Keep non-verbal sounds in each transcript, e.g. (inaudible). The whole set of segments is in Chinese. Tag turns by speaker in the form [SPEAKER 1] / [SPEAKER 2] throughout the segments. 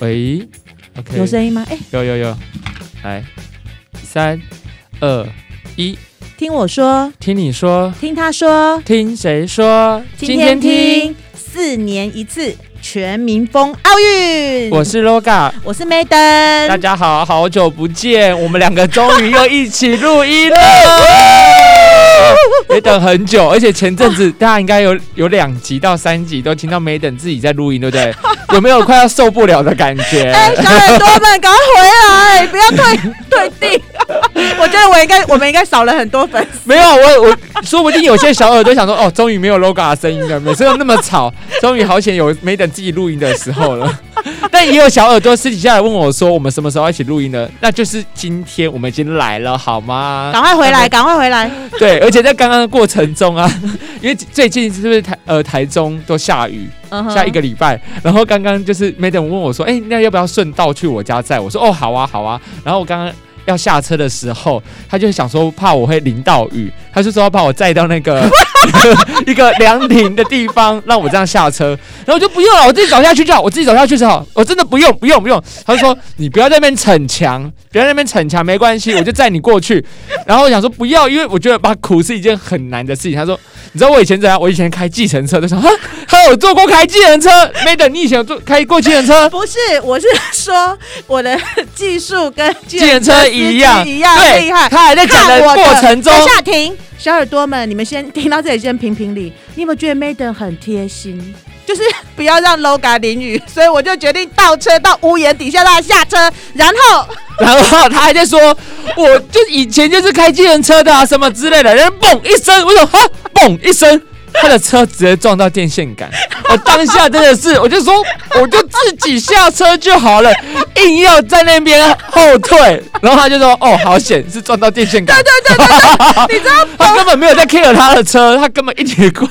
[SPEAKER 1] 喂，OK，
[SPEAKER 2] 有声音吗？哎、
[SPEAKER 1] 有有有，来，三二一，
[SPEAKER 2] 听我说，
[SPEAKER 1] 听你说，
[SPEAKER 2] 听他说，
[SPEAKER 1] 听谁说？
[SPEAKER 2] 今天听四年一次全民风奥运。
[SPEAKER 1] 我是 LOGA，
[SPEAKER 2] 我是 Maiden，
[SPEAKER 1] 大
[SPEAKER 2] 大
[SPEAKER 1] 家好，好久不见，我们两个终于又一起录
[SPEAKER 2] (laughs)
[SPEAKER 1] 音了，也等很久，而且前阵子大 (laughs) 家应该有有两集到三集都听到 Maiden 自己在录音，对不对？有没有快要受不了的感
[SPEAKER 2] (laughs)
[SPEAKER 1] 觉？
[SPEAKER 2] 哎，小耳朵们，赶快回来，不要退 (laughs) 退订。我觉得我应该，我们应该少了很多粉
[SPEAKER 1] (laughs)
[SPEAKER 2] 丝。
[SPEAKER 1] 没有，我我说不定有些小耳朵想说，哦，终于没有 LOGA 的声音了，每次都那么吵，终于好险有没等自己录音的时候了。但也有小耳朵私底下来问我说，我们什么时候要一起录音呢？那就是今天，我们已经来了，好吗？
[SPEAKER 2] 赶快回来，赶快回来！
[SPEAKER 1] 对，而且在刚刚的过程中啊，因为最近是不是台呃台中都下雨，
[SPEAKER 2] 嗯哼
[SPEAKER 1] 下一个礼拜，然后刚刚就是梅等问我说，哎、那要不要顺道去我家载？我说哦，好啊，好啊。然后我刚刚要下车的时候，他就想说怕我会淋到雨，他就说要把我载到那个 (laughs) 一个凉亭的地方，让我这样下车。然后我就不用了，我自己走下去就好，我自己走下去就好，我真的不用，不用，不用。他就说你不要在那边逞强，不要在那边逞强，没关系，我就载你过
[SPEAKER 2] (laughs)
[SPEAKER 1] 去。然后我想说不要，因为我觉得把苦是一件很难的事情。他说。你知道我以前怎样？我以前开计程车都 (laughs) 想，哈，还有坐过开计程车没等你以前有坐开过计程车，
[SPEAKER 2] 不是，我是说我的技术跟 (laughs) 计
[SPEAKER 1] 计程车一样，
[SPEAKER 2] 一样
[SPEAKER 1] 对，
[SPEAKER 2] 厉害。
[SPEAKER 1] 他还在讲
[SPEAKER 2] 看
[SPEAKER 1] 的
[SPEAKER 2] 我
[SPEAKER 1] 过程中
[SPEAKER 2] 等，一下停，小耳朵们，你们先听到这里，先评评理。你有没有觉得 Maiden 很贴心？就是不要让 LOGA 淋雨，所以我就决定倒车到屋檐底下让他下车，然后
[SPEAKER 1] (laughs) 然后他还在说，我就以前就是开计程车的啊，什么之类的，然后嘣一声，我说哈，嘣一声。他的车直接撞到电线
[SPEAKER 2] (laughs)
[SPEAKER 1] 杆，我当下真的是，我就说，我就自己下车就好了，硬要在那边后退，然后他就说，哦，好险，是撞到电线杆，
[SPEAKER 2] 对对对对对，你
[SPEAKER 1] (laughs)
[SPEAKER 2] 知道
[SPEAKER 1] 他根本没有在 care 他的车，他根本一点关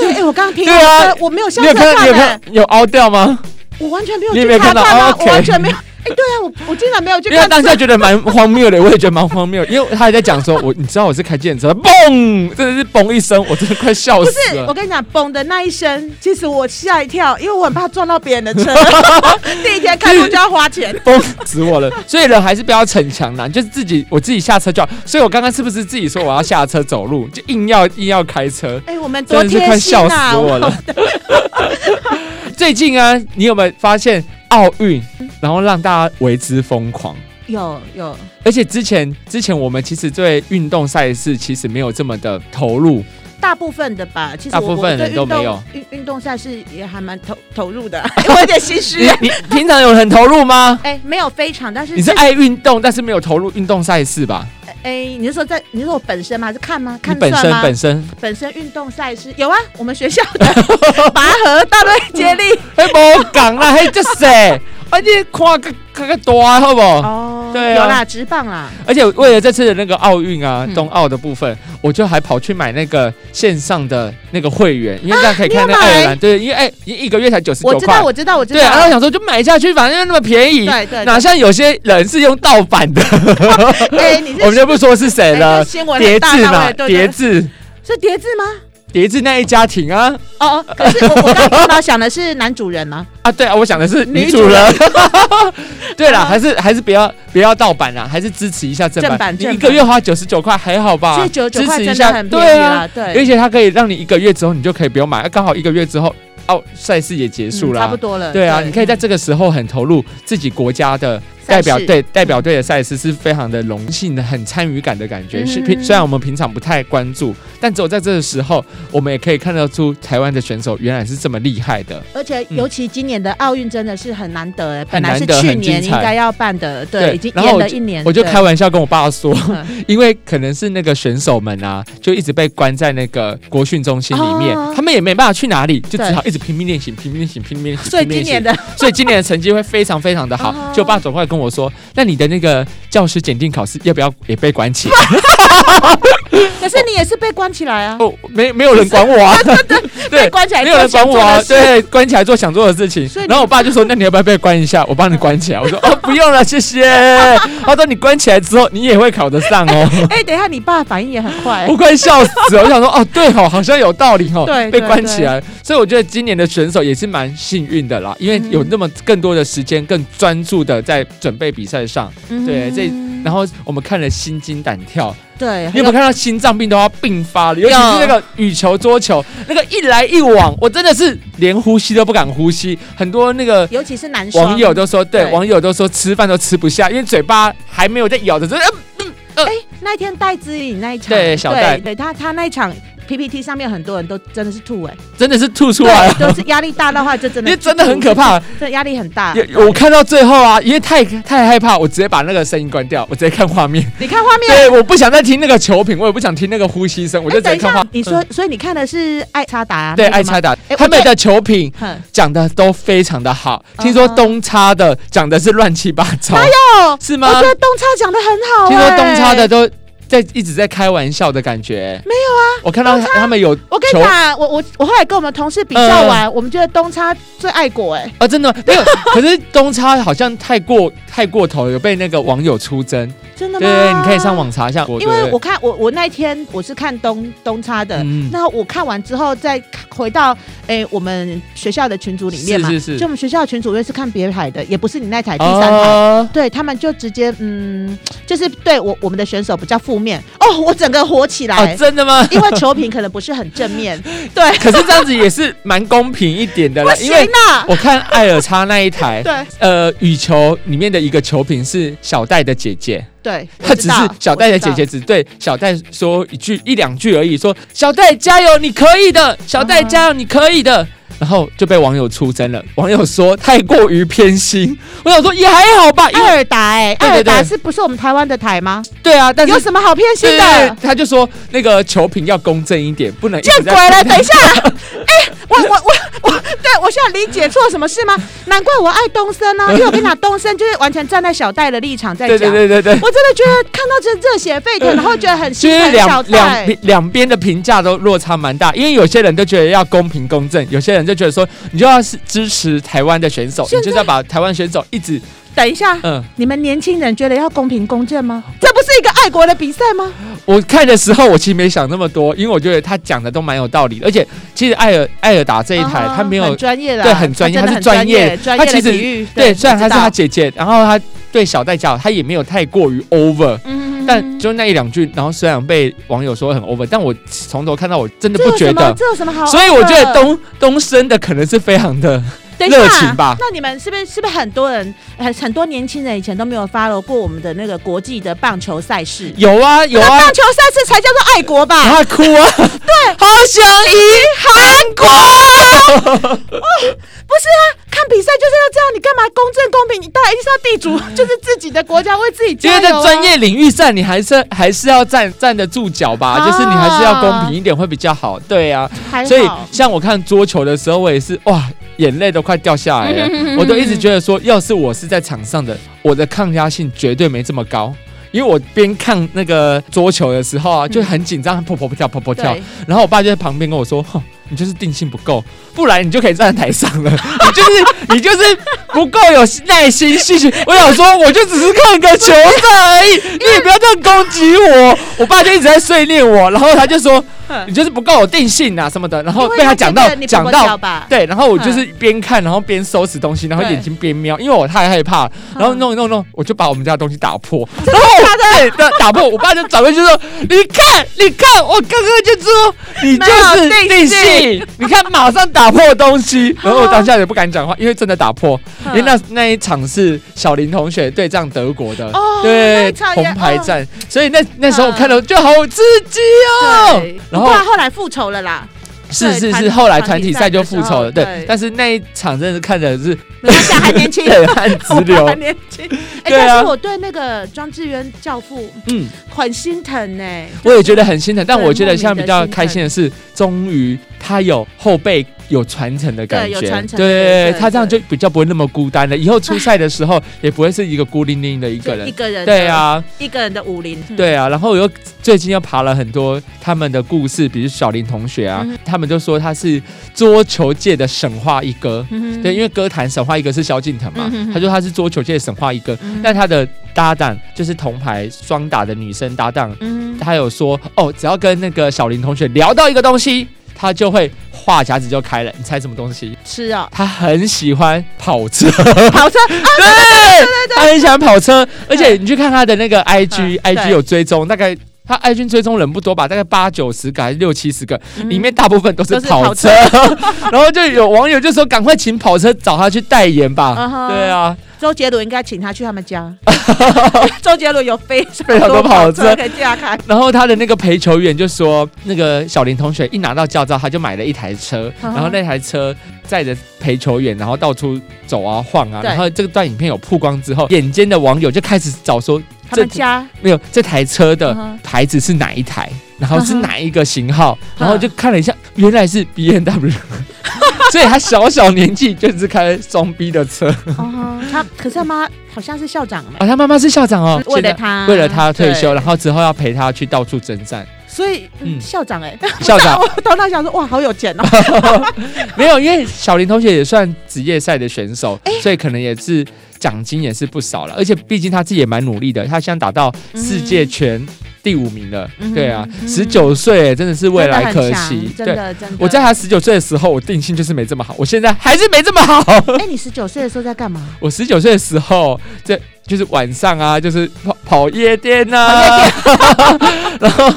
[SPEAKER 2] 对，哎、我刚刚停
[SPEAKER 1] 对
[SPEAKER 2] 了
[SPEAKER 1] 啊
[SPEAKER 2] 车，我没有下
[SPEAKER 1] 你有看
[SPEAKER 2] 车
[SPEAKER 1] 到？
[SPEAKER 2] 看、
[SPEAKER 1] 你有
[SPEAKER 2] 欸
[SPEAKER 1] 看，有凹掉吗？
[SPEAKER 2] 我完全没有
[SPEAKER 1] 你也
[SPEAKER 2] 去
[SPEAKER 1] 没有
[SPEAKER 2] 看
[SPEAKER 1] 看到
[SPEAKER 2] 他
[SPEAKER 1] 哦
[SPEAKER 2] 我
[SPEAKER 1] ，OK
[SPEAKER 2] 完全没有。哎、对啊，我我竟然没有去
[SPEAKER 1] (laughs) 因为他
[SPEAKER 2] 看
[SPEAKER 1] 当
[SPEAKER 2] 车。
[SPEAKER 1] 下觉得蛮荒谬的，我也觉得蛮荒谬，因为他还在讲说，我你知道我是开电车，嘣，真的是嘣一声，我真的快笑
[SPEAKER 2] 不
[SPEAKER 1] 死
[SPEAKER 2] 是，我
[SPEAKER 1] 了。
[SPEAKER 2] 跟你讲，嘣的那一声，其实我吓一跳，因为我很怕撞到别人
[SPEAKER 1] (laughs)
[SPEAKER 2] 的车。第一天开路就要花钱，
[SPEAKER 1] 崩死我了！所以人还是不要逞强啦，就是自己我自己下车就好。所以我刚刚是不是自己说我要下车走路，就硬要硬要开车，
[SPEAKER 2] 哎、我们多
[SPEAKER 1] 真的是快
[SPEAKER 2] 贴心
[SPEAKER 1] 笑
[SPEAKER 2] 啊！
[SPEAKER 1] 死我了。最近啊，你有没有发现奥运，然后让大家为之疯狂？
[SPEAKER 2] 有有，
[SPEAKER 1] 而且之前之前我们其实对运动赛事其实没有这么的投入，
[SPEAKER 2] 大部分的吧，其实
[SPEAKER 1] 大
[SPEAKER 2] 我
[SPEAKER 1] 部分人都没有。
[SPEAKER 2] 我对运动运运动赛事也还蛮投投入
[SPEAKER 1] (laughs)
[SPEAKER 2] 的，我有点心 (laughs)
[SPEAKER 1] 你
[SPEAKER 2] 虚。
[SPEAKER 1] 你 (laughs) 平常有很投入
[SPEAKER 2] (laughs)
[SPEAKER 1] 吗？
[SPEAKER 2] 哎、没有非常，但是
[SPEAKER 1] 你是
[SPEAKER 2] 这
[SPEAKER 1] 爱运动，但是没有投入运动赛事吧？
[SPEAKER 2] 哎、你是说在你是说我本身吗？还是看吗？
[SPEAKER 1] 你
[SPEAKER 2] 看
[SPEAKER 1] 本
[SPEAKER 2] 算
[SPEAKER 1] 身
[SPEAKER 2] 吗？
[SPEAKER 1] 本身，
[SPEAKER 2] 本身运动赛事有啊，我们学校
[SPEAKER 1] (laughs)
[SPEAKER 2] 的拔河、大队接力
[SPEAKER 1] 嘿，无讲啦，嘿，这
[SPEAKER 2] (laughs)
[SPEAKER 1] 谁？而且看个看个大，好不好？
[SPEAKER 2] 哦
[SPEAKER 1] 对啊
[SPEAKER 2] 有啦，直棒啦，
[SPEAKER 1] 而且为了这次的那个奥运啊
[SPEAKER 2] 嗯，
[SPEAKER 1] 冬奥的部分，我就还跑去买那个线上的那个会员，因为这样可以
[SPEAKER 2] 你有
[SPEAKER 1] 看那个爱尔兰，
[SPEAKER 2] 买
[SPEAKER 1] 对，因为哎，一一个月才九十
[SPEAKER 2] 我
[SPEAKER 1] 九
[SPEAKER 2] 知道，
[SPEAKER 1] 块，
[SPEAKER 2] 我知道，我知道。
[SPEAKER 1] 对，啊然后想说就买下去，反正又那么便宜，
[SPEAKER 2] 对对，
[SPEAKER 1] 哪像有些人是用盗版的，
[SPEAKER 2] 对 (laughs) 哎，你是
[SPEAKER 1] (laughs) 我们就不说是谁
[SPEAKER 2] 哎这
[SPEAKER 1] 了。
[SPEAKER 2] 新闻
[SPEAKER 1] 叠
[SPEAKER 2] 很大
[SPEAKER 1] 字
[SPEAKER 2] 那
[SPEAKER 1] 嘛，
[SPEAKER 2] 位对
[SPEAKER 1] 叠
[SPEAKER 2] 对，
[SPEAKER 1] 字，
[SPEAKER 2] 是叠字吗？
[SPEAKER 1] 叠字那一家庭啊
[SPEAKER 2] 哦哦，可是我我刚刚头脑想的是男主人
[SPEAKER 1] (laughs)
[SPEAKER 2] 吗？
[SPEAKER 1] 啊，对啊，我想的是女
[SPEAKER 2] 女
[SPEAKER 1] 主
[SPEAKER 2] 主
[SPEAKER 1] 人
[SPEAKER 2] 人。 (laughs)
[SPEAKER 1] 对啦，
[SPEAKER 2] 啊
[SPEAKER 1] 还是还是不要不要盗版啦，还是支持一下正版。
[SPEAKER 2] 正版
[SPEAKER 1] 你
[SPEAKER 2] 正
[SPEAKER 1] 一
[SPEAKER 2] 版
[SPEAKER 1] 个月花九十九块还好吧？
[SPEAKER 2] 所以九九块
[SPEAKER 1] 啊支持一
[SPEAKER 2] 真
[SPEAKER 1] 下
[SPEAKER 2] 的很便
[SPEAKER 1] 对
[SPEAKER 2] 宜
[SPEAKER 1] 啊，
[SPEAKER 2] 啦，对，
[SPEAKER 1] 而且它可以让你一个月之后你就可以不用买，啊刚好一个月之后哦赛事也结束
[SPEAKER 2] 嗯
[SPEAKER 1] 啦。
[SPEAKER 2] 差不多了。嗯
[SPEAKER 1] 对啊，你可以在这个时候很投入自己国家的
[SPEAKER 2] 赛
[SPEAKER 1] 代表
[SPEAKER 2] 事
[SPEAKER 1] 队，代表队的赛事是非常的荣幸的，很参与感的感觉。是平
[SPEAKER 2] 嗯
[SPEAKER 1] 虽然我们平常不太关注，但只有在这个时候，我们也可以看得出台湾的选手原来是这么厉害的。
[SPEAKER 2] 而且
[SPEAKER 1] 嗯
[SPEAKER 2] 尤其今年的奥运真的是很难得哎，本来
[SPEAKER 1] 难
[SPEAKER 2] 是
[SPEAKER 1] 得
[SPEAKER 2] 去
[SPEAKER 1] 很精
[SPEAKER 2] 年应
[SPEAKER 1] 彩
[SPEAKER 2] 该要办的，
[SPEAKER 1] 对
[SPEAKER 2] 对，已经
[SPEAKER 1] 然后
[SPEAKER 2] 延
[SPEAKER 1] 我
[SPEAKER 2] 了
[SPEAKER 1] 就
[SPEAKER 2] 一年。
[SPEAKER 1] 我就
[SPEAKER 2] 对
[SPEAKER 1] 开玩笑跟我爸说，
[SPEAKER 2] 嗯
[SPEAKER 1] (laughs) 因为可能是那个选手们啊，就一直被关在那个国训中心里面，
[SPEAKER 2] 哦
[SPEAKER 1] 他们也没办法去哪里，就
[SPEAKER 2] 对
[SPEAKER 1] 只好一直拼命练习，拼命练习，拼命练习。
[SPEAKER 2] 所以
[SPEAKER 1] 拼命
[SPEAKER 2] 今
[SPEAKER 1] 练习
[SPEAKER 2] 年的
[SPEAKER 1] 所以今年的成绩会非常非常的好。
[SPEAKER 2] (laughs) 哦
[SPEAKER 1] 就我爸走过来跟我说：“那你的那个教师检定考试要不要也被关起来？”
[SPEAKER 2] (laughs) 可是你也是被关起来啊，
[SPEAKER 1] 哦，没没有人管我
[SPEAKER 2] (laughs)
[SPEAKER 1] 啊，
[SPEAKER 2] 被
[SPEAKER 1] (laughs) 对，
[SPEAKER 2] 关起来
[SPEAKER 1] 没有人管我啊，
[SPEAKER 2] 做想做的事，
[SPEAKER 1] 对，关起来做想做的事情
[SPEAKER 2] 所以。你
[SPEAKER 1] 然后我爸就说：“那你要不要被关一下？我帮你关起来。”我说：“哦，不用了，谢谢。”他说：“你关起来之后，你也会考得上
[SPEAKER 2] (laughs)
[SPEAKER 1] 哦。
[SPEAKER 2] 哎、等一下，你爸反应也很快、”
[SPEAKER 1] 我快笑死了，我想说：“哦，对哦，好像有道理哦。
[SPEAKER 2] 对”
[SPEAKER 1] 被
[SPEAKER 2] 对
[SPEAKER 1] 关起来，所以我觉得今年的选手也是蛮幸运的啦，因
[SPEAKER 2] 嗯
[SPEAKER 1] 为有那么更多的时间，更专注的在准备比赛上。
[SPEAKER 2] 嗯
[SPEAKER 1] 对这然
[SPEAKER 2] 后
[SPEAKER 1] 后我们看了心惊胆跳，
[SPEAKER 2] 对，
[SPEAKER 1] 你有没有看到心脏病都要并发了？尤其是那个羽球、桌球，那个一来一往，我真的是连呼吸都不敢呼吸。很多那个
[SPEAKER 2] 尤其是男生
[SPEAKER 1] 网友都说，对
[SPEAKER 2] 对
[SPEAKER 1] 网友都说吃饭都吃不下，因为嘴巴还没有在咬着，真的。
[SPEAKER 2] 哎、那一天戴资颖那一场，
[SPEAKER 1] 对小戴
[SPEAKER 2] 对对他他那一场 PPT 上面很多人都真的是吐哎、
[SPEAKER 1] 真的是吐出来
[SPEAKER 2] 对，
[SPEAKER 1] 了，
[SPEAKER 2] 都是压力大的话，就真
[SPEAKER 1] (laughs) 因
[SPEAKER 2] 的
[SPEAKER 1] 为真的很可，怕。
[SPEAKER 2] 这压力很大。
[SPEAKER 1] 也我看到最后啊，因为太太害怕，我直接把那个声音关掉，我直接看画面。
[SPEAKER 2] 你看画面，啊
[SPEAKER 1] 对，我不想再听那个球评，我也不想听那个呼吸声，我就直
[SPEAKER 2] 哎
[SPEAKER 1] 接
[SPEAKER 2] 等一
[SPEAKER 1] 看画
[SPEAKER 2] 下。，你说，所以你看的是爱插达、
[SPEAKER 1] 嗯对
[SPEAKER 2] 那个
[SPEAKER 1] 爱
[SPEAKER 2] 吗嗯
[SPEAKER 1] 插，打嗯
[SPEAKER 2] 我
[SPEAKER 1] 他们的球评
[SPEAKER 2] 哼，
[SPEAKER 1] 讲的都非常的好，
[SPEAKER 2] 嗯
[SPEAKER 1] 听说东差的讲的是乱七八糟，
[SPEAKER 2] 哦，
[SPEAKER 1] 是
[SPEAKER 2] 我
[SPEAKER 1] 吗
[SPEAKER 2] 觉？得东差讲的很好、哎
[SPEAKER 1] 听说东差的，都在一直在开玩笑的感觉，没有啊，我看到他们有
[SPEAKER 2] 我跟
[SPEAKER 1] 球嗯
[SPEAKER 2] 你讲，啊我我我后来跟我们同事比较完，我们觉得东差最爱国哎、
[SPEAKER 1] 啊，真的吗没有， (laughs) 可是东差好像太过太过头，有被那个网友出征，
[SPEAKER 2] 真的
[SPEAKER 1] 对
[SPEAKER 2] 吗？
[SPEAKER 1] 对，你可以上。网查一下，
[SPEAKER 2] 因为我
[SPEAKER 1] 我
[SPEAKER 2] 看我我那一天我是看东东差的，
[SPEAKER 1] 嗯
[SPEAKER 2] 那我看完之后再看回到诶、我们学校的群组里面嘛，
[SPEAKER 1] 是是是
[SPEAKER 2] 就我们学校的群组我也是看别台的，也不是你那台第
[SPEAKER 1] 对
[SPEAKER 2] 三台。
[SPEAKER 1] 哦
[SPEAKER 2] 对他们就直接嗯，就是对我我们的选手比较负面哦，我整个火起来，
[SPEAKER 1] 啊，真的
[SPEAKER 2] (laughs)
[SPEAKER 1] 吗？
[SPEAKER 2] 因为球评可能不是很正
[SPEAKER 1] (laughs)
[SPEAKER 2] 面，
[SPEAKER 1] 可是这样子也是蛮公平一点的
[SPEAKER 2] 不
[SPEAKER 1] 啦，啊因
[SPEAKER 2] 行
[SPEAKER 1] 为
[SPEAKER 2] 啦，
[SPEAKER 1] 我看艾尔差那一台，
[SPEAKER 2] (laughs) 对
[SPEAKER 1] 呃，羽球里面的一个球评是小戴的姐姐，
[SPEAKER 2] 对，
[SPEAKER 1] 他只是小戴的姐姐，只对小戴说一句一两句而已，说小戴加油，你可以
[SPEAKER 2] (laughs)
[SPEAKER 1] 的，小戴加油，你可以
[SPEAKER 2] 嗯
[SPEAKER 1] 的。然后就被网友出征了，网友说太过于偏心。我想说也还好吧，因为
[SPEAKER 2] 艾尔达哎，
[SPEAKER 1] 对对
[SPEAKER 2] 艾尔达
[SPEAKER 1] 对
[SPEAKER 2] 是不是我们台湾的台吗？
[SPEAKER 1] 对啊，但是
[SPEAKER 2] 有什么好偏心
[SPEAKER 1] 对对
[SPEAKER 2] 的
[SPEAKER 1] 对？他就说那个球评要公正一点，不能一直
[SPEAKER 2] 见
[SPEAKER 1] 在
[SPEAKER 2] 鬼
[SPEAKER 1] (laughs)
[SPEAKER 2] 了！等一下， (laughs) 哎、我我我我，对我现在理解错什么事吗？
[SPEAKER 1] (laughs)
[SPEAKER 2] 难怪我爱东升呢、因为我跟你讲，东升就是完全站在小戴的立场在
[SPEAKER 1] 对
[SPEAKER 2] 讲。
[SPEAKER 1] 对对对对，
[SPEAKER 2] 我真的觉得看到这热血沸
[SPEAKER 1] (laughs)
[SPEAKER 2] 腾，然后觉得很
[SPEAKER 1] 就
[SPEAKER 2] 心
[SPEAKER 1] 是
[SPEAKER 2] 疼小
[SPEAKER 1] 两
[SPEAKER 2] 戴
[SPEAKER 1] 两。两边的评价都落差蛮大，因为有些人都觉得要公平公正，有些人就觉得说你就要是支持台湾的选手，你
[SPEAKER 2] 现在
[SPEAKER 1] 就是要把台湾选手一直
[SPEAKER 2] 等一下，
[SPEAKER 1] 嗯。
[SPEAKER 2] 你们年轻人觉得要公平公正
[SPEAKER 1] (laughs)
[SPEAKER 2] 吗？这不是一个爱国的比赛吗？
[SPEAKER 1] 我看的时候，我其实没想那么多，因为我觉得他讲的都蛮有道理的，而且其实艾尔艾尔达这一台、
[SPEAKER 2] 啊
[SPEAKER 1] 他没有
[SPEAKER 2] 很专业的，
[SPEAKER 1] 对很专业
[SPEAKER 2] 真的
[SPEAKER 1] 他是
[SPEAKER 2] 很
[SPEAKER 1] 专业
[SPEAKER 2] 业，专
[SPEAKER 1] 他
[SPEAKER 2] 业
[SPEAKER 1] 其
[SPEAKER 2] 的
[SPEAKER 1] 实
[SPEAKER 2] 体育。
[SPEAKER 1] 对，虽然她是他
[SPEAKER 2] 我知道
[SPEAKER 1] 姐姐，然后他对小代教他也没有太过于 over，、
[SPEAKER 2] 嗯
[SPEAKER 1] 但就那一两句，然后虽然被网友说很 over，但我从头看到我真的
[SPEAKER 2] 这
[SPEAKER 1] 不
[SPEAKER 2] 有
[SPEAKER 1] 觉
[SPEAKER 2] 什么
[SPEAKER 1] 得，
[SPEAKER 2] 这有什么好？
[SPEAKER 1] 所以我觉得东东升的可能是非常的
[SPEAKER 2] 等一下
[SPEAKER 1] 热情吧
[SPEAKER 2] 那你们是不是是不是很多人很很多年轻人以前都没有 follow 过我们的那个国际的棒球赛事？
[SPEAKER 1] 有啊有
[SPEAKER 2] 那
[SPEAKER 1] 啊，
[SPEAKER 2] 棒球赛事才叫做爱国
[SPEAKER 1] 然
[SPEAKER 2] 吧？
[SPEAKER 1] 后哭
[SPEAKER 2] (laughs)
[SPEAKER 1] 啊，对，好想赢韩国。
[SPEAKER 2] 不是啊，看比赛就是要这样，你干嘛公正公平？你当然一定是要地主，就是自己的国家为自己
[SPEAKER 1] 因
[SPEAKER 2] 加
[SPEAKER 1] 为在
[SPEAKER 2] 油、啊。
[SPEAKER 1] 专业领域上，你还是还是要站站得住脚吧，
[SPEAKER 2] 啊
[SPEAKER 1] 就是你还是要公平一点会比较好。对啊，
[SPEAKER 2] 还好，
[SPEAKER 1] 所以像我看桌球的时候，我也是哇，眼泪都快掉下来
[SPEAKER 2] 嗯哼哼
[SPEAKER 1] 了。
[SPEAKER 2] (laughs) 哼
[SPEAKER 1] 我都一直觉得说，要是我是在场上的，我的抗压性绝对没这么高。因为我边看那个桌球的时候啊，就很紧张，砰砰跳，砰砰跳。
[SPEAKER 2] 嗯对，
[SPEAKER 1] 然后我爸就在旁边跟我说：“哼，你就是定性不够，不然你就可以站在台上了。 (laughs) 你就是你就是不够有耐心细心。”我想说，我就只是看个球赛而已，你也不要这样攻击我。我爸就一直在碎念我，然后他就说
[SPEAKER 2] 嗯：“
[SPEAKER 1] 你就是不够有定性啊什么的。”然后
[SPEAKER 2] 因为
[SPEAKER 1] 被他讲到
[SPEAKER 2] 觉得你不
[SPEAKER 1] 讲
[SPEAKER 2] 会
[SPEAKER 1] 到
[SPEAKER 2] 掉吧，
[SPEAKER 1] 对，然后我就是边看，然后边收拾东西，然后
[SPEAKER 2] 啊嗯对
[SPEAKER 1] 眼睛边瞄，因为我太害怕了，
[SPEAKER 2] 嗯
[SPEAKER 1] 然后弄一弄弄，我就把我们家的东西打
[SPEAKER 2] (laughs)
[SPEAKER 1] 破，然后我对打打破，我爸就转过去说：“你看，你看，我刚刚就说你就
[SPEAKER 2] 没
[SPEAKER 1] 是
[SPEAKER 2] 有定
[SPEAKER 1] 定
[SPEAKER 2] 性
[SPEAKER 1] 性，你看马上打破东
[SPEAKER 2] (laughs)
[SPEAKER 1] 西。”然后我当下也不敢讲话，因为真的打破，
[SPEAKER 2] 嗯
[SPEAKER 1] 因为那那一场是小林同学对战德国的
[SPEAKER 2] 哦，那
[SPEAKER 1] 对
[SPEAKER 2] 一场也嗯
[SPEAKER 1] 红牌战，所以那那时候我看了就好刺激哦
[SPEAKER 2] 对，。
[SPEAKER 1] 然
[SPEAKER 2] 然
[SPEAKER 1] 后
[SPEAKER 2] 后后来复仇了啦，
[SPEAKER 1] 是
[SPEAKER 2] 对
[SPEAKER 1] 是
[SPEAKER 2] 团
[SPEAKER 1] 是，
[SPEAKER 2] 体
[SPEAKER 1] 后来
[SPEAKER 2] 团
[SPEAKER 1] 团
[SPEAKER 2] 体
[SPEAKER 1] 体
[SPEAKER 2] 赛
[SPEAKER 1] 赛就
[SPEAKER 2] 的
[SPEAKER 1] 复
[SPEAKER 2] 时
[SPEAKER 1] 仇
[SPEAKER 2] 候
[SPEAKER 1] 了，对
[SPEAKER 2] 对。
[SPEAKER 1] 但是那一场真的看的是
[SPEAKER 2] 没关系，还
[SPEAKER 1] (laughs)
[SPEAKER 2] 年轻。
[SPEAKER 1] 冷汗直流
[SPEAKER 2] 我还。年轻，哎、
[SPEAKER 1] 对啊
[SPEAKER 2] 但是我对那个庄智渊教父
[SPEAKER 1] 嗯，
[SPEAKER 2] 很心疼呢、
[SPEAKER 1] 我也觉得很心疼，但
[SPEAKER 2] 对
[SPEAKER 1] 我觉得
[SPEAKER 2] 莫名
[SPEAKER 1] 现在
[SPEAKER 2] 的
[SPEAKER 1] 比较
[SPEAKER 2] 心
[SPEAKER 1] 开心的是，终于他有后辈有传承的感觉，
[SPEAKER 2] 对有传承
[SPEAKER 1] 对
[SPEAKER 2] 对
[SPEAKER 1] 他这样就比较不会那么孤单了。以后出赛的时候也不会是一个孤零零的一
[SPEAKER 2] 就
[SPEAKER 1] 个
[SPEAKER 2] 一
[SPEAKER 1] 人。
[SPEAKER 2] 个人，
[SPEAKER 1] 对，啊，
[SPEAKER 2] 一个人的武林，嗯
[SPEAKER 1] 对啊，然后我又最近又爬了很多他们的故事，比如小林同学啊，
[SPEAKER 2] 嗯
[SPEAKER 1] 他们就说他是桌球界的神话一哥。
[SPEAKER 2] 嗯哼
[SPEAKER 1] 对，因为歌坛神话一哥是萧敬腾嘛，
[SPEAKER 2] 嗯哼哼
[SPEAKER 1] 他说他是桌球界的神话一哥，
[SPEAKER 2] 嗯
[SPEAKER 1] 但他的搭档就是铜牌双打的女生搭档，
[SPEAKER 2] 嗯
[SPEAKER 1] 他有说哦，只要跟那个小林同学聊到一个东西，他就会话匣子就开了。你猜什么东西？
[SPEAKER 2] 吃哦，
[SPEAKER 1] 他很喜欢跑车，(laughs)
[SPEAKER 2] 跑车啊
[SPEAKER 1] 他很喜欢跑车，而且你去看他的那个 IG，IG、
[SPEAKER 2] 嗯对
[SPEAKER 1] 有追踪，大概他 IG 追踪人不多吧，大概八九十个还是六七十个，
[SPEAKER 2] 嗯
[SPEAKER 1] 里面大部分都是
[SPEAKER 2] 都是
[SPEAKER 1] 跑
[SPEAKER 2] 跑
[SPEAKER 1] 车， (laughs) 然后就有网友就说赶快请跑车找他去代言吧
[SPEAKER 2] 嗯。哼
[SPEAKER 1] 对啊，
[SPEAKER 2] 周杰伦应该请他去他们家。
[SPEAKER 1] (laughs)
[SPEAKER 2] 周杰伦有非
[SPEAKER 1] 非常
[SPEAKER 2] 常
[SPEAKER 1] 多
[SPEAKER 2] 多
[SPEAKER 1] 跑
[SPEAKER 2] 跑
[SPEAKER 1] 车
[SPEAKER 2] 车可以架开。
[SPEAKER 1] 然后他的那个陪球员就说，那个小林同学一拿到驾照，他就买了一台车，
[SPEAKER 2] 嗯哼
[SPEAKER 1] 然后那台车载着陪球员，然后到处走啊晃啊。
[SPEAKER 2] 对
[SPEAKER 1] 然后这段影片有曝光之后，眼尖的网友就开始找说，
[SPEAKER 2] 他们家
[SPEAKER 1] 没有这台车的
[SPEAKER 2] 嗯哼
[SPEAKER 1] 牌子是哪一台，然后是
[SPEAKER 2] 嗯哼
[SPEAKER 1] 哪一个型号，然后
[SPEAKER 2] 嗯
[SPEAKER 1] 就看了一下，原来是 B N
[SPEAKER 2] (laughs)
[SPEAKER 1] W，所以他小小年纪就是开双 B 的
[SPEAKER 2] (laughs)
[SPEAKER 1] 车啊、
[SPEAKER 2] 哦，他可是他妈好像是校长嘛，
[SPEAKER 1] 他妈妈是校长哦，
[SPEAKER 2] 为
[SPEAKER 1] 现
[SPEAKER 2] 了
[SPEAKER 1] 在
[SPEAKER 2] 他，
[SPEAKER 1] 为了他退休，
[SPEAKER 2] 对，
[SPEAKER 1] 然后之后要陪他去到处征战。
[SPEAKER 2] 所以
[SPEAKER 1] 嗯
[SPEAKER 2] 嗯校长哎，
[SPEAKER 1] 校长
[SPEAKER 2] (laughs) 我头脑想说哇，好有钱哦，
[SPEAKER 1] 没有，因为小林同学也算职业赛的选手，所以可能也是奖金也是不少了。而且毕竟他自己也蛮努力的，他现在打到世界拳第五名了。
[SPEAKER 2] 嗯
[SPEAKER 1] 对啊，
[SPEAKER 2] 嗯
[SPEAKER 1] 十九岁真的是未来可期。
[SPEAKER 2] 真
[SPEAKER 1] 对，
[SPEAKER 2] 的很强真的真的。
[SPEAKER 1] 我在他十九岁的时候，我定性就是没这么好，我现在还是没这么好。
[SPEAKER 2] 哎，你十九岁的时候在干嘛？
[SPEAKER 1] 我十九岁的时候，这就是晚上啊，就是跑跑夜店啊， (laughs) 然后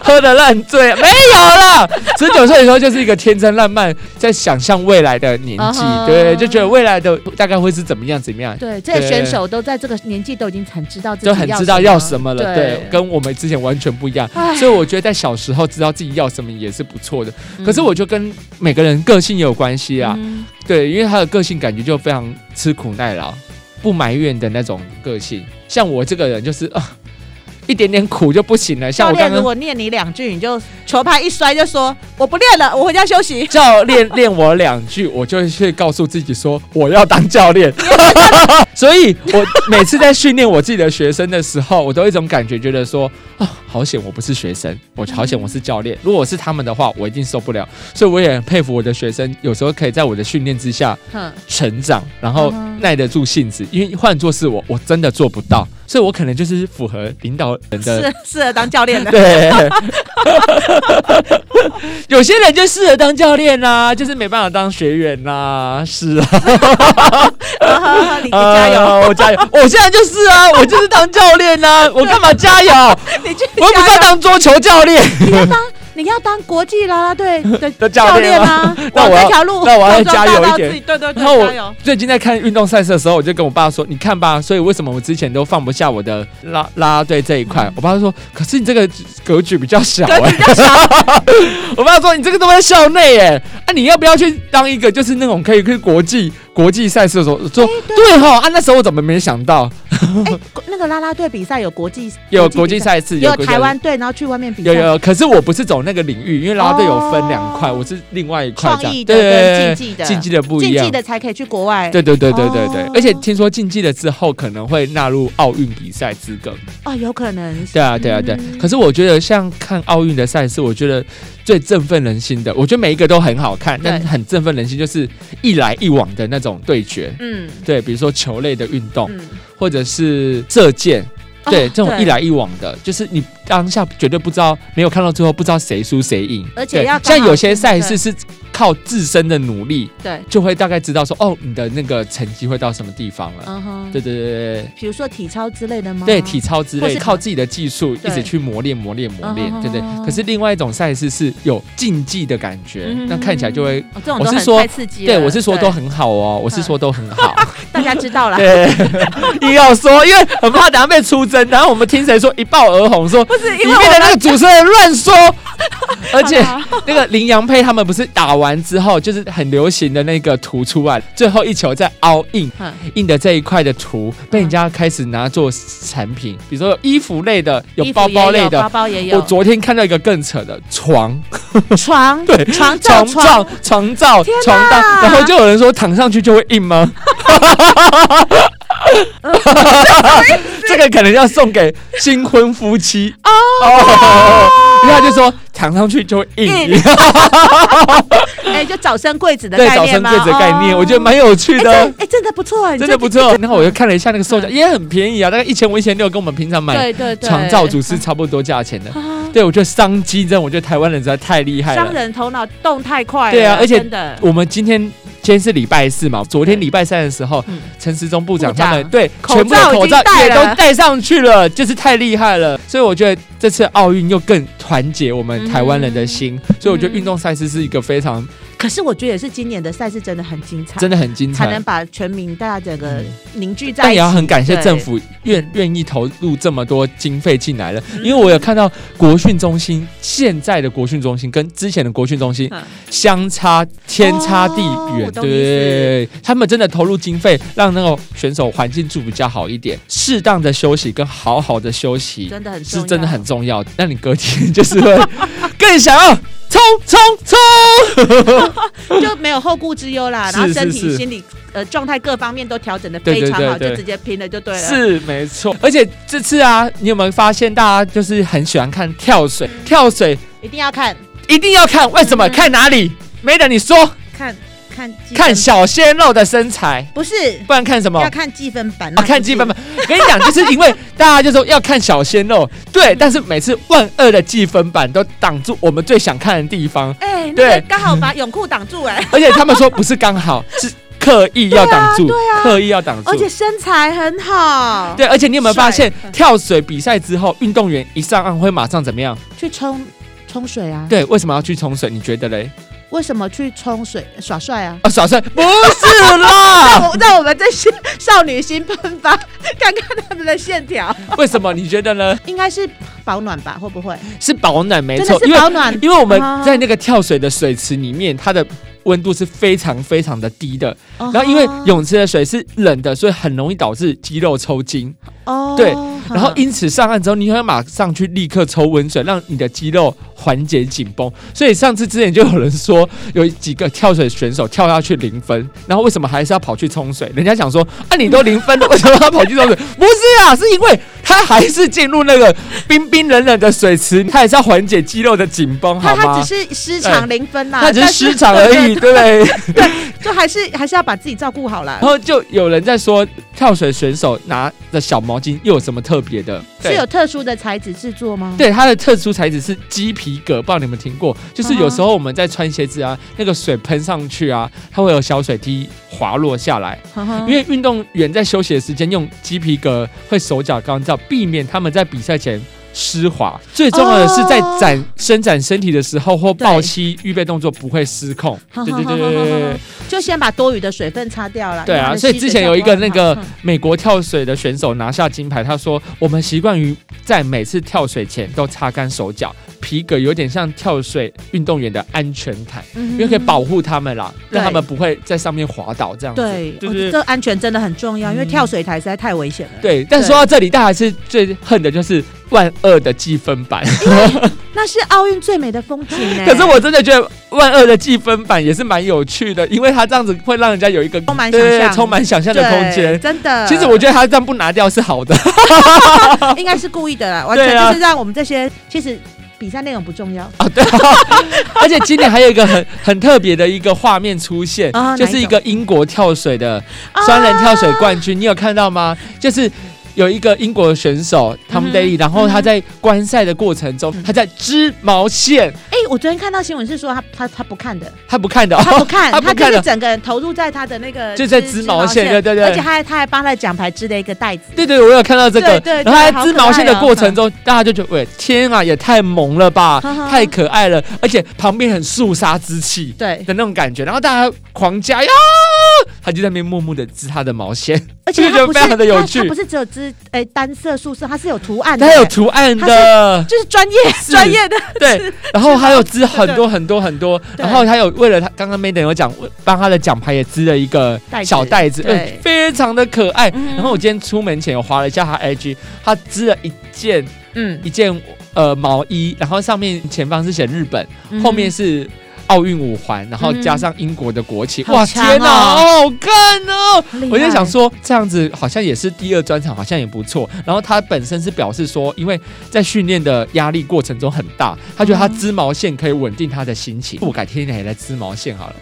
[SPEAKER 1] 喝的烂醉，没有了。十九岁的时候就是一个天真烂漫，在想象未来的年纪
[SPEAKER 2] 啊哈
[SPEAKER 1] 对，就觉得未来的大概会是怎么样怎么样，
[SPEAKER 2] 对，这些
[SPEAKER 1] 对
[SPEAKER 2] 选手都在这个年纪都已经很知道自己
[SPEAKER 1] 就很知道要什
[SPEAKER 2] 么。
[SPEAKER 1] 么了，
[SPEAKER 2] 对
[SPEAKER 1] 对，跟我们之前完全不一样。
[SPEAKER 2] 唉
[SPEAKER 1] 所以我觉得在小时候知道自己要什么也是不错的，可是我就跟每个人个性也有关系啊，
[SPEAKER 2] 嗯
[SPEAKER 1] 对，因为他的个性感觉就非常吃苦耐劳、不埋怨的那种个性。像我这个人就是啊、一点点苦就不行了。像
[SPEAKER 2] 教
[SPEAKER 1] 我刚
[SPEAKER 2] 练如
[SPEAKER 1] 刚
[SPEAKER 2] 果念你两句，你就球拍一摔就说我不练了，我回家
[SPEAKER 1] (laughs)
[SPEAKER 2] 休息。
[SPEAKER 1] 教练练我两句，我就会告诉自己说我要当教练。 (laughs) 所以我每次在训练我自己的学生的时候，我都有一种感觉，觉得说啊，好险我不是学生，我好险我是教练。如果我是他们的话，我一定受不了。所以我也很佩服我的学生，有时候可以在我的训练之下
[SPEAKER 2] 哼，
[SPEAKER 1] 成长，然后
[SPEAKER 2] 嗯哼
[SPEAKER 1] 耐得住性子。因为换做是我，我真的做不到，所以我可能就是符合领导人的。
[SPEAKER 2] (laughs) 适适合当教练
[SPEAKER 1] (laughs)
[SPEAKER 2] 的。
[SPEAKER 1] 对，有些人就适合当教练啦、就是没办法当学员啦、是啊，
[SPEAKER 2] (laughs) 你你 (laughs) 加油，
[SPEAKER 1] 啊 (laughs) 我加油！我现在就是啊，我就是当教练啦、我干嘛加
[SPEAKER 2] (laughs)
[SPEAKER 1] 油？
[SPEAKER 2] 你去
[SPEAKER 1] 我又不是
[SPEAKER 2] 加
[SPEAKER 1] 要
[SPEAKER 2] 油。
[SPEAKER 1] 当桌球教练，
[SPEAKER 2] 你
[SPEAKER 1] (laughs)
[SPEAKER 2] 要当你要当国际啦啦队的
[SPEAKER 1] 的教
[SPEAKER 2] 教
[SPEAKER 1] 练
[SPEAKER 2] 练
[SPEAKER 1] 吗
[SPEAKER 2] 啊，
[SPEAKER 1] (laughs) 那我
[SPEAKER 2] 往
[SPEAKER 1] 要
[SPEAKER 2] 这条路，
[SPEAKER 1] 那我要
[SPEAKER 2] 从中
[SPEAKER 1] 加油
[SPEAKER 2] 大到
[SPEAKER 1] 一点
[SPEAKER 2] 自己对对对，
[SPEAKER 1] 然后我
[SPEAKER 2] 加
[SPEAKER 1] (laughs)
[SPEAKER 2] 油。
[SPEAKER 1] 最近在看运动赛事的时候，我就跟我爸说：“你看吧，所以为什么我之前都放不下我的拉拉拉队这一块？”我爸就说：“可是你这个格局比较小、欸。” (laughs)
[SPEAKER 2] 嗯格局比较小。
[SPEAKER 1] 我爸说：“你这个都在校内哎、啊，你要不要去当一个就是那种可以去国际国际赛事的时候？”我说：“对哈啊，那时候我怎么没想到
[SPEAKER 2] 哎，国那个啦啦队比赛有国际，
[SPEAKER 1] 有国际
[SPEAKER 2] 比，
[SPEAKER 1] 赛事，
[SPEAKER 2] 也有
[SPEAKER 1] 国际
[SPEAKER 2] 台湾队，然后去外面比赛。
[SPEAKER 1] 有有有，可是我不是走那个领域，因为拉拉队有分两块，
[SPEAKER 2] 哦
[SPEAKER 1] 我是另外一块
[SPEAKER 2] 创
[SPEAKER 1] 这样，
[SPEAKER 2] 意的
[SPEAKER 1] 对
[SPEAKER 2] 跟
[SPEAKER 1] 对
[SPEAKER 2] 竞技
[SPEAKER 1] 对，
[SPEAKER 2] 的，
[SPEAKER 1] 竞技的不一
[SPEAKER 2] 竞
[SPEAKER 1] 样
[SPEAKER 2] 技。”的才可以去国外。
[SPEAKER 1] 对对对对对对，
[SPEAKER 2] 哎哦
[SPEAKER 1] 而且听说竞技了之后可能会纳入奥运比赛资格，
[SPEAKER 2] 哦，有可能。
[SPEAKER 1] 对啊，对啊，对。
[SPEAKER 2] 嗯
[SPEAKER 1] 可是我觉得像看奥运的赛事，我觉得最振奋人心的，我觉得每一个都很好看，
[SPEAKER 2] 对
[SPEAKER 1] 但很振奋人心就是一来一往的那种对决。
[SPEAKER 2] 嗯
[SPEAKER 1] 对，比如说球类的运动，
[SPEAKER 2] 嗯，
[SPEAKER 1] 或者是射箭，
[SPEAKER 2] 哦
[SPEAKER 1] 对，这种一。来一往的，就是你当下绝对不知道，没有看到最后不知道谁输谁赢。
[SPEAKER 2] 而且
[SPEAKER 1] 对
[SPEAKER 2] 要刚
[SPEAKER 1] 像
[SPEAKER 2] 好
[SPEAKER 1] 有些
[SPEAKER 2] 是
[SPEAKER 1] 赛
[SPEAKER 2] 对
[SPEAKER 1] 事是靠自身的努力，
[SPEAKER 2] 对，
[SPEAKER 1] 就会大概知道说，哦，你的那个成绩会到什么地方了。
[SPEAKER 2] 嗯哼，
[SPEAKER 1] 对对对对对。
[SPEAKER 2] 比如说体操之类的吗？
[SPEAKER 1] 对体操之
[SPEAKER 2] 或
[SPEAKER 1] 类，
[SPEAKER 2] 是
[SPEAKER 1] 靠自己的技术一
[SPEAKER 2] 对
[SPEAKER 1] 直去磨练、磨练、磨练
[SPEAKER 2] 嗯，哼
[SPEAKER 1] 对不对？
[SPEAKER 2] 哼哼
[SPEAKER 1] 可是另外一种赛事是有竞技的感觉
[SPEAKER 2] 嗯哼，嗯
[SPEAKER 1] 那看起来就会，
[SPEAKER 2] 哦，这种
[SPEAKER 1] 我
[SPEAKER 2] 都
[SPEAKER 1] 是
[SPEAKER 2] 很
[SPEAKER 1] 说
[SPEAKER 2] 太刺激了。 (laughs)
[SPEAKER 1] 对我是说都很好哦，我是说都很好，
[SPEAKER 2] 大家知道
[SPEAKER 1] (laughs)
[SPEAKER 2] 了。
[SPEAKER 1] 对，硬要说，因为很怕等下被出征，然后我们听谁说一爆而红，
[SPEAKER 2] (laughs)
[SPEAKER 1] 说
[SPEAKER 2] 不是
[SPEAKER 1] 里
[SPEAKER 2] 因为
[SPEAKER 1] 面
[SPEAKER 2] 我
[SPEAKER 1] 的那
[SPEAKER 2] 们
[SPEAKER 1] 个主持人乱
[SPEAKER 2] (laughs)
[SPEAKER 1] 说，而且
[SPEAKER 3] 好啦
[SPEAKER 1] 那个林洋配他们不是打完之后，就是很流行的那个图出来，最后一球在凹印
[SPEAKER 2] 嗯
[SPEAKER 1] 印的这一块的图被人家开始拿做产品，比如说有衣服类的，有
[SPEAKER 2] 衣服
[SPEAKER 1] 包包
[SPEAKER 2] 也
[SPEAKER 1] 类
[SPEAKER 2] 有包
[SPEAKER 1] 的。
[SPEAKER 2] 包也
[SPEAKER 1] 我
[SPEAKER 2] 有，
[SPEAKER 1] 昨天看到一个更扯的床，(laughs)
[SPEAKER 2] 床
[SPEAKER 1] 对，
[SPEAKER 2] 床罩
[SPEAKER 1] 床
[SPEAKER 2] 床
[SPEAKER 1] 罩、床罩
[SPEAKER 2] 天、
[SPEAKER 1] 床单，
[SPEAKER 2] 哪
[SPEAKER 1] 然后就有人说躺上去就会硬
[SPEAKER 2] (laughs)
[SPEAKER 1] 吗？这个可能要送给新婚夫妻哦，因为他就说躺上去就会硬
[SPEAKER 2] 硬，哎，就早生贵子的
[SPEAKER 1] (laughs) 对，
[SPEAKER 2] 概
[SPEAKER 1] 早
[SPEAKER 2] 念
[SPEAKER 1] 生
[SPEAKER 2] 吗？
[SPEAKER 1] 贵子的概念，
[SPEAKER 2] 哦
[SPEAKER 1] 我觉得蛮有趣
[SPEAKER 2] 哎
[SPEAKER 1] 的哦
[SPEAKER 2] 真，哎，真的不错，你
[SPEAKER 1] 真
[SPEAKER 2] 这
[SPEAKER 1] 的不错。然后我又看了一下那个售价，也很便宜啊，大概一千五、一千六，跟我们平常买
[SPEAKER 2] 对对对，
[SPEAKER 1] 床罩组是差不多价钱的。
[SPEAKER 2] 啊
[SPEAKER 1] 对，我觉得商机真的，我觉得台湾人实在太厉害
[SPEAKER 2] 商
[SPEAKER 1] 了。
[SPEAKER 2] 人头脑动太快了，
[SPEAKER 1] 对啊而且
[SPEAKER 2] 真的
[SPEAKER 1] 我们今天今天是礼拜四嘛，昨天礼拜三的时候
[SPEAKER 2] 嗯，
[SPEAKER 1] 陈时中部长
[SPEAKER 2] 部长
[SPEAKER 1] 他们对
[SPEAKER 2] 口
[SPEAKER 1] 全部的
[SPEAKER 2] 罩已
[SPEAKER 1] 口
[SPEAKER 2] 经
[SPEAKER 1] 罩
[SPEAKER 2] 戴
[SPEAKER 1] 也都
[SPEAKER 2] 了
[SPEAKER 1] 戴上去了，就是太厉害了。所以我觉得这次奥运又更团结我们台湾人的
[SPEAKER 2] 嗯
[SPEAKER 1] 心，所以我觉得运动赛事是一个非常
[SPEAKER 2] 可是我觉得也是今年的赛事真的很精彩，
[SPEAKER 1] 真的很精
[SPEAKER 2] 才
[SPEAKER 1] 彩
[SPEAKER 2] 能。把全民大家整个凝聚在
[SPEAKER 1] 但
[SPEAKER 2] 一
[SPEAKER 1] 也要
[SPEAKER 2] 起。
[SPEAKER 1] 很感谢
[SPEAKER 2] 对
[SPEAKER 1] 政府愿愿意投入这么多经费进来了，
[SPEAKER 2] 嗯
[SPEAKER 1] 因为我有看到国训中心现在的国训中心跟之前的国训中心
[SPEAKER 2] 嗯
[SPEAKER 1] 相差天差地远，
[SPEAKER 2] 哦我懂意思
[SPEAKER 1] 对，他们真的投入经费，让那个选手环境住比较好一点，适当的休息跟好好的休息
[SPEAKER 2] 真的很重
[SPEAKER 1] 是
[SPEAKER 2] 要
[SPEAKER 1] 真的很重要，那你隔天就是
[SPEAKER 2] (laughs)
[SPEAKER 1] 会更想要冲冲冲，
[SPEAKER 2] 就没有后顾之忧啦，
[SPEAKER 1] 是
[SPEAKER 2] 然后
[SPEAKER 1] 是
[SPEAKER 2] 身
[SPEAKER 1] 是
[SPEAKER 2] 体、心理呃状态各方面都调整的
[SPEAKER 1] 对
[SPEAKER 2] 非
[SPEAKER 1] 对
[SPEAKER 2] 常好，
[SPEAKER 1] 对对
[SPEAKER 2] 就直接拼了就对了。啊
[SPEAKER 1] 是没错。而且这次啊，你有没有发现大家就是很喜欢看跳水，跳水
[SPEAKER 2] 一定要看
[SPEAKER 1] 一定要看，为什么？
[SPEAKER 2] 嗯
[SPEAKER 1] 看哪里？没得你说，
[SPEAKER 2] 看看积分
[SPEAKER 1] 看小鲜肉的身材，
[SPEAKER 2] 不是
[SPEAKER 1] 不然看什么？(laughs)
[SPEAKER 2] 要
[SPEAKER 1] 啊，
[SPEAKER 2] 看积分板
[SPEAKER 1] 看积分吧。跟你讲，就是因为大家就说要看小鲜
[SPEAKER 2] (laughs)
[SPEAKER 1] 肉，对，但是每次万恶的计分板都挡住我们最想看的地方，
[SPEAKER 2] 哎、那
[SPEAKER 1] 对
[SPEAKER 2] 个刚好把泳裤挡住哎、
[SPEAKER 1] 而且他们说不是刚好，是刻意要挡住，
[SPEAKER 2] 对啊对啊
[SPEAKER 1] 刻意要挡住
[SPEAKER 2] 而。且身材很好，
[SPEAKER 1] 对，而且你有没有发现
[SPEAKER 2] 帅，嗯
[SPEAKER 1] 跳水比赛之后，运动员一上岸会马上怎么样？
[SPEAKER 2] 去冲冲水啊，
[SPEAKER 1] 对，为什么要去冲水？你觉得嘞？
[SPEAKER 2] 为什么去冲水耍帅啊？
[SPEAKER 1] 啊，耍帅不是啦
[SPEAKER 2] (laughs) 让，我让我们这些少女心喷发，看看他们的线条，
[SPEAKER 1] 为什么？你觉得呢？
[SPEAKER 2] 应该是保暖吧？会不会？
[SPEAKER 1] 是保暖没
[SPEAKER 2] 真
[SPEAKER 1] 错
[SPEAKER 2] 的，是
[SPEAKER 1] 因为
[SPEAKER 2] 保暖啊
[SPEAKER 1] 因为我们在那个跳水的水池里面，它的温度是非常非常的低的。
[SPEAKER 2] 然
[SPEAKER 1] 然后因为泳池的水是冷的，所以很容易导致肌肉抽筋。
[SPEAKER 2] 哦，
[SPEAKER 1] 对
[SPEAKER 2] 嗯
[SPEAKER 1] 然后因此上岸之后，你会马上去立刻抽温水，让你的肌肉缓解紧绷。所以上次之前就有人说，有几个跳水选手跳下去零分，然后为什么还是要跑去冲水？人家想说，啊你都零分了，为什么要跑去冲水？不是啊，是因为他还是进入那个冰冰冷冷的水池，他还是要缓解肌肉的紧绷，好
[SPEAKER 2] 他
[SPEAKER 1] 吗？
[SPEAKER 2] 他只是失常零分啦，
[SPEAKER 1] 那哎只是
[SPEAKER 2] 但
[SPEAKER 1] 失常而已，，对不对？
[SPEAKER 2] 就还是还是要把自己照顾好啦
[SPEAKER 1] 然。后就有人在说，跳水选手拿的小毛巾又有什么特别的？
[SPEAKER 2] 是
[SPEAKER 1] 对
[SPEAKER 2] 有特殊的材质制作吗？，
[SPEAKER 1] 对，它的特殊材质是鸡皮革，不知道你们听过？就是有
[SPEAKER 2] 哦
[SPEAKER 1] 时候我们在穿鞋子啊，那个水喷上去啊，它会有小水滴滑落下来。
[SPEAKER 2] 哦
[SPEAKER 1] 因为运动员在休息的时间用鸡皮革会手脚干燥，避免他们在比赛前湿滑。最重要的是
[SPEAKER 2] 哦
[SPEAKER 1] 在展、伸展身体的时候或抱膝预备动作不会失控。对对对对对对。
[SPEAKER 2] 就先把多余的水分擦掉了。
[SPEAKER 1] 对
[SPEAKER 2] 让
[SPEAKER 1] 啊，
[SPEAKER 2] 它的
[SPEAKER 1] 所以
[SPEAKER 2] 吸
[SPEAKER 1] 之
[SPEAKER 2] 水
[SPEAKER 1] 前有一
[SPEAKER 2] 效果
[SPEAKER 1] 个那个
[SPEAKER 2] 很好
[SPEAKER 1] 美国跳水的选手拿下金牌，他说我们习惯于在每次跳水前都擦干手脚，皮革有点像跳水运动员的安全毯，
[SPEAKER 2] 嗯
[SPEAKER 1] 因为可以保护他们啦，嗯
[SPEAKER 2] 对
[SPEAKER 1] 让他们不会在上面滑倒这样子。
[SPEAKER 2] 对，
[SPEAKER 1] 对
[SPEAKER 2] 我觉
[SPEAKER 1] 对
[SPEAKER 2] 得这安全真的很重要，因为
[SPEAKER 1] 嗯
[SPEAKER 2] 跳水台实在太危险了。，
[SPEAKER 1] 对，但
[SPEAKER 2] 对
[SPEAKER 1] 说到这里，大家还是最恨的就是万恶的计分
[SPEAKER 2] (laughs)
[SPEAKER 1] 板。
[SPEAKER 2] 那是奥运最美的风景呢。
[SPEAKER 1] 可是我真的觉得万恶的计分板也是蛮有趣的，因为它这样子会让人家有一个
[SPEAKER 2] 充满
[SPEAKER 1] 对
[SPEAKER 2] 想象
[SPEAKER 1] 充满想象的
[SPEAKER 2] 对
[SPEAKER 1] 空间。
[SPEAKER 2] 真的。
[SPEAKER 1] 其实我觉得它这样不拿掉是好的。
[SPEAKER 2] 得应该是故意的啦，完全
[SPEAKER 1] 对啊
[SPEAKER 2] 就是让我们这些其实比赛内容不重要， (laughs)
[SPEAKER 1] 而且今年还有一个很很特别的一个画面出现，
[SPEAKER 2] 啊
[SPEAKER 1] 就是一个英国跳水的
[SPEAKER 2] 啊
[SPEAKER 1] 双人跳水冠军，你有看到吗？就是。有一个英国选手 Tom
[SPEAKER 2] 嗯哼嗯
[SPEAKER 1] Daly，、然后他在观赛的过程中，他在织毛线，
[SPEAKER 2] 哎、我昨天看到新闻是说他他他不看的，
[SPEAKER 1] 他不
[SPEAKER 2] (laughs)
[SPEAKER 1] 看的，哦
[SPEAKER 2] 他不
[SPEAKER 1] (laughs)
[SPEAKER 2] 看，
[SPEAKER 1] 他
[SPEAKER 2] 他
[SPEAKER 1] 不
[SPEAKER 2] 就
[SPEAKER 1] 看
[SPEAKER 2] 是
[SPEAKER 1] 的，
[SPEAKER 2] 整个人投入在他的那个
[SPEAKER 1] 就在
[SPEAKER 2] 织
[SPEAKER 1] 织毛线对对对
[SPEAKER 2] 而且他还他还帮他的奖牌织了一个袋子，
[SPEAKER 1] 对对，我有看到这个。
[SPEAKER 2] 对对
[SPEAKER 1] 然
[SPEAKER 2] 对
[SPEAKER 1] 后他在织毛线的
[SPEAKER 2] 好可爱哦
[SPEAKER 1] 过程中，大家就觉得，喂，天啊，也太萌了吧，
[SPEAKER 2] 哈哈
[SPEAKER 1] 太可爱了，而且旁边很肃杀之气
[SPEAKER 2] 对
[SPEAKER 1] 的那种感觉，然后大家狂加呀，他就在那边默默的织他的毛线，
[SPEAKER 4] 而且
[SPEAKER 1] 这个
[SPEAKER 4] 它
[SPEAKER 1] 就
[SPEAKER 4] 不
[SPEAKER 1] 非
[SPEAKER 4] 是
[SPEAKER 1] 常的有
[SPEAKER 4] 它它
[SPEAKER 1] 趣
[SPEAKER 4] 不，是只有只哎单色素色，它是有图案的，
[SPEAKER 1] 它有图案的，
[SPEAKER 4] 就是专业
[SPEAKER 1] (laughs) 是
[SPEAKER 4] 专业的，
[SPEAKER 1] 对，然后还有织很
[SPEAKER 4] 对
[SPEAKER 1] 多很多很多，
[SPEAKER 4] 对
[SPEAKER 1] 然后他有为了他刚刚 Maiden 有讲，帮他的奖牌也织了一个
[SPEAKER 4] 袋子
[SPEAKER 1] 小袋子，
[SPEAKER 4] 对
[SPEAKER 1] 嗯非常的可爱。
[SPEAKER 4] 嗯
[SPEAKER 1] 然后我今天出门前我划了一下他 IG，他织了一件
[SPEAKER 4] 嗯，
[SPEAKER 1] 一件呃毛衣，然后上面前方是写日本，
[SPEAKER 4] 嗯
[SPEAKER 1] 后面是。奥运五环，然后
[SPEAKER 4] 嗯
[SPEAKER 1] 加上英国的国旗，
[SPEAKER 4] 好
[SPEAKER 1] 哇
[SPEAKER 4] 强
[SPEAKER 1] 天哪，好
[SPEAKER 4] 哦
[SPEAKER 1] 好看哦！
[SPEAKER 4] 好厉害
[SPEAKER 1] 我就想说，这样子好像也是第二专场，好像也不错。然后他本身是表示说，因为在训练的压力过程中很大，他觉得他织毛线可以稳定他的心
[SPEAKER 4] 嗯
[SPEAKER 1] 情。我改天也来织毛线好了。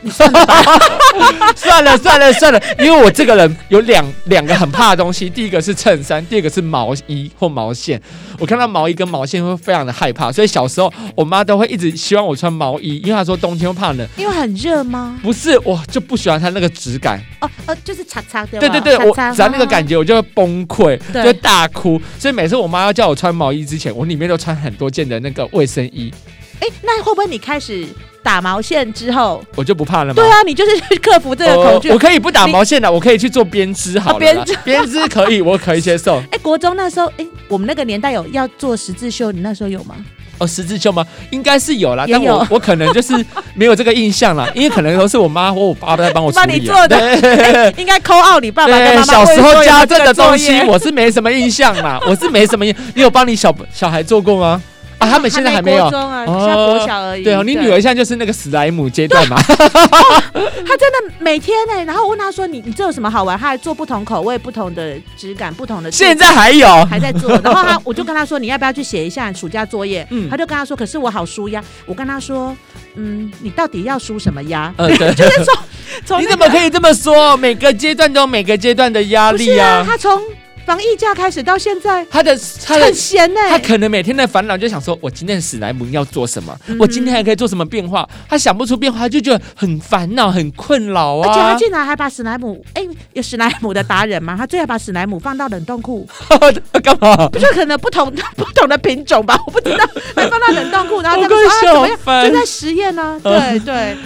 [SPEAKER 1] 算了算了算了，因为我这个人有两两个很怕的东西，第一个是衬衫，第二个是毛衣或毛线。我看到毛衣跟毛线会非常的害怕，所以小时候我妈都会一直希望我穿毛衣，因为她说冬天会怕冷。
[SPEAKER 4] 因为很热吗？
[SPEAKER 1] 不是，我就不喜欢它那个质感。
[SPEAKER 4] 哦呃，就是擦擦的，
[SPEAKER 1] 对对对，我
[SPEAKER 4] 擦擦
[SPEAKER 1] 只要那个感觉，我就会崩溃，就
[SPEAKER 4] 对
[SPEAKER 1] 会大哭。所以每次我妈要叫我穿毛衣之前，我里面都穿很多件的那个卫生衣，
[SPEAKER 4] 哎，那会不会你开始打毛线之后，
[SPEAKER 1] 我就不怕了嘛。
[SPEAKER 4] 对啊，你就是去克服这个恐惧
[SPEAKER 1] 哦我我。可以不打毛线的，我可以去做编织好了啦。
[SPEAKER 4] 啊编织
[SPEAKER 1] 编织可以，我可以接受。
[SPEAKER 4] 哎，国中那时候，哎，我们那个年代有要做十字绣，你那时候有吗？
[SPEAKER 1] 哦，十字绣吗？应该是有啦，
[SPEAKER 4] 也
[SPEAKER 1] 但我
[SPEAKER 4] 有
[SPEAKER 1] 我可能就是没有这个印象啦，因为可能都是我妈或我爸在帮我处
[SPEAKER 4] 帮你
[SPEAKER 1] 理啊、
[SPEAKER 4] 做的
[SPEAKER 1] 对 (laughs)
[SPEAKER 4] 应该扣奥你爸爸跟
[SPEAKER 1] 对，
[SPEAKER 4] 妈妈
[SPEAKER 1] 哎小
[SPEAKER 4] 会
[SPEAKER 1] 时候
[SPEAKER 4] 说有
[SPEAKER 1] 家
[SPEAKER 4] 这
[SPEAKER 1] 政
[SPEAKER 4] 个
[SPEAKER 1] 的东
[SPEAKER 4] 作
[SPEAKER 1] 西
[SPEAKER 4] 业
[SPEAKER 1] 我是没什么印象啦，我是没什么印。你有帮你小小孩做过吗？啊，他们现在还没有
[SPEAKER 4] 国。中啊，
[SPEAKER 1] 哦
[SPEAKER 4] 现在国小而已。
[SPEAKER 1] 对哦，你女儿现在就是那个史莱姆阶段嘛，
[SPEAKER 4] 啊她真的每天呢、然后我问她说：“你你这有什么好玩？”她还做不同口味、不同的质感、不同的。
[SPEAKER 1] (laughs) 现在还有，
[SPEAKER 4] (laughs) 还在做，然后她我就跟她说：“你要不要去写一下暑假作业？”
[SPEAKER 1] 嗯
[SPEAKER 4] 她就跟她说：“可是我好输呀。”我跟她说：“嗯，你到底要输什么呀
[SPEAKER 1] 嗯，对，？”
[SPEAKER 4] 就是说， (laughs) 从
[SPEAKER 1] 你
[SPEAKER 4] 那
[SPEAKER 1] 怎么
[SPEAKER 4] 个
[SPEAKER 1] 可以这么说？每个阶段都有每个阶段的压
[SPEAKER 4] 不
[SPEAKER 1] 力
[SPEAKER 4] 是啊？
[SPEAKER 1] 啊。
[SPEAKER 4] 她从防疫假开始到现在
[SPEAKER 1] 他的他的
[SPEAKER 4] 很闲呢、
[SPEAKER 1] 他可能每天的烦恼就想说，我今天的史莱姆要做什么
[SPEAKER 4] 嗯？哼
[SPEAKER 1] 我今天还可以做什么变化？他想不出变化，他就觉得很烦恼、很困扰
[SPEAKER 4] 而且他
[SPEAKER 1] 啊。
[SPEAKER 4] 竟然还把史莱姆，哎、有史莱姆的达人嘛？他最爱把史莱姆放到冷冻库，
[SPEAKER 1] (laughs) 干嘛？
[SPEAKER 4] 不就可能不同 (laughs) 不同的品种吧？我不知道，还放到冷冻库，然后
[SPEAKER 1] 我
[SPEAKER 4] 他
[SPEAKER 1] 快
[SPEAKER 4] 们说、啊、怎么
[SPEAKER 1] 笑
[SPEAKER 4] 样？
[SPEAKER 1] 翻
[SPEAKER 4] 就！在实验呢、对对。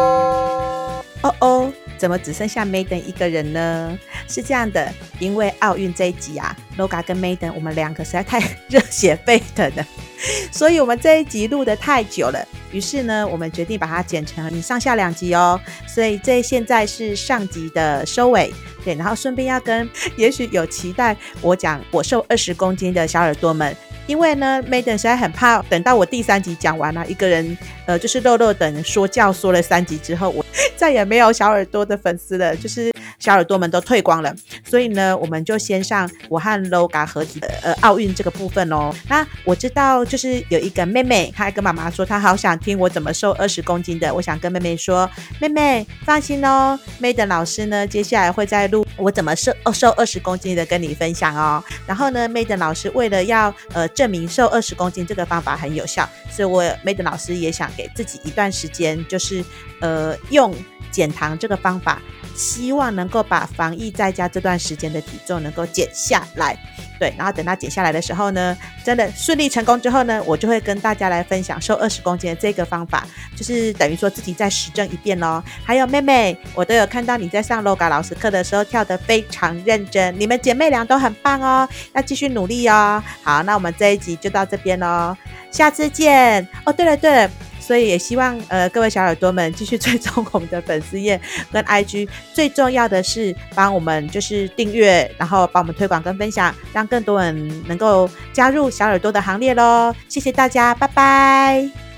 [SPEAKER 2] 哦哦，怎么只剩下 Maiden 一个人呢？是这样的，因为奥运这一集啊，Loga 跟 Maiden 我们两个实在太热血沸腾了， (laughs) 所以我们这一集录的太久了，于是呢，我们决定把它剪成上下两集哦。所以这现在是上集的收尾，对，然后顺便要跟也许有期待我讲我瘦二十公斤的小耳朵们。因为呢，Maiden 实在很怕等到我第三集讲完了、一个人呃就是肉肉等说教说了三集之后，我 (laughs) 再也没有小耳朵的粉丝了，就是小耳朵们都退光了。所以呢，我们就先上我和 LOGA 合体的呃奥运这个部分哦。那我知道就是有一个妹妹，她还跟妈妈说她好想听我怎么瘦二十公斤的。我想跟妹妹说，妹妹放心哦，Maiden 老师呢接下来会再录我怎么瘦哦瘦二十公斤的跟你分享哦。然后呢，Maiden 老师为了要呃证明瘦二十公斤这个方法很有效，所以我 Maiden 老师也想给自己一段时间，就是呃用减糖这个方法，希望能够把防疫在家这段时间的体重能够减下来。对，然后等到减下来的时候呢，真的顺利成功之后呢，我就会跟大家来分享瘦二十公斤的这个方法，就是等于说自己再实证一遍喽。还有妹妹，我都有看到你在上 LOGA 老师课的时候跳得非常认真，你们姐妹俩都很棒哦，要继续努力哦。好，那我们这一集就到这边喽，下次见。哦，对了对了，所以也希望呃各位小耳朵们继续追踪我们的粉丝页跟 IG，最重要的是帮我们就是订阅，然后帮我们推广跟分享，让更多人能够加入小耳朵的行列喽。谢谢大家，拜拜。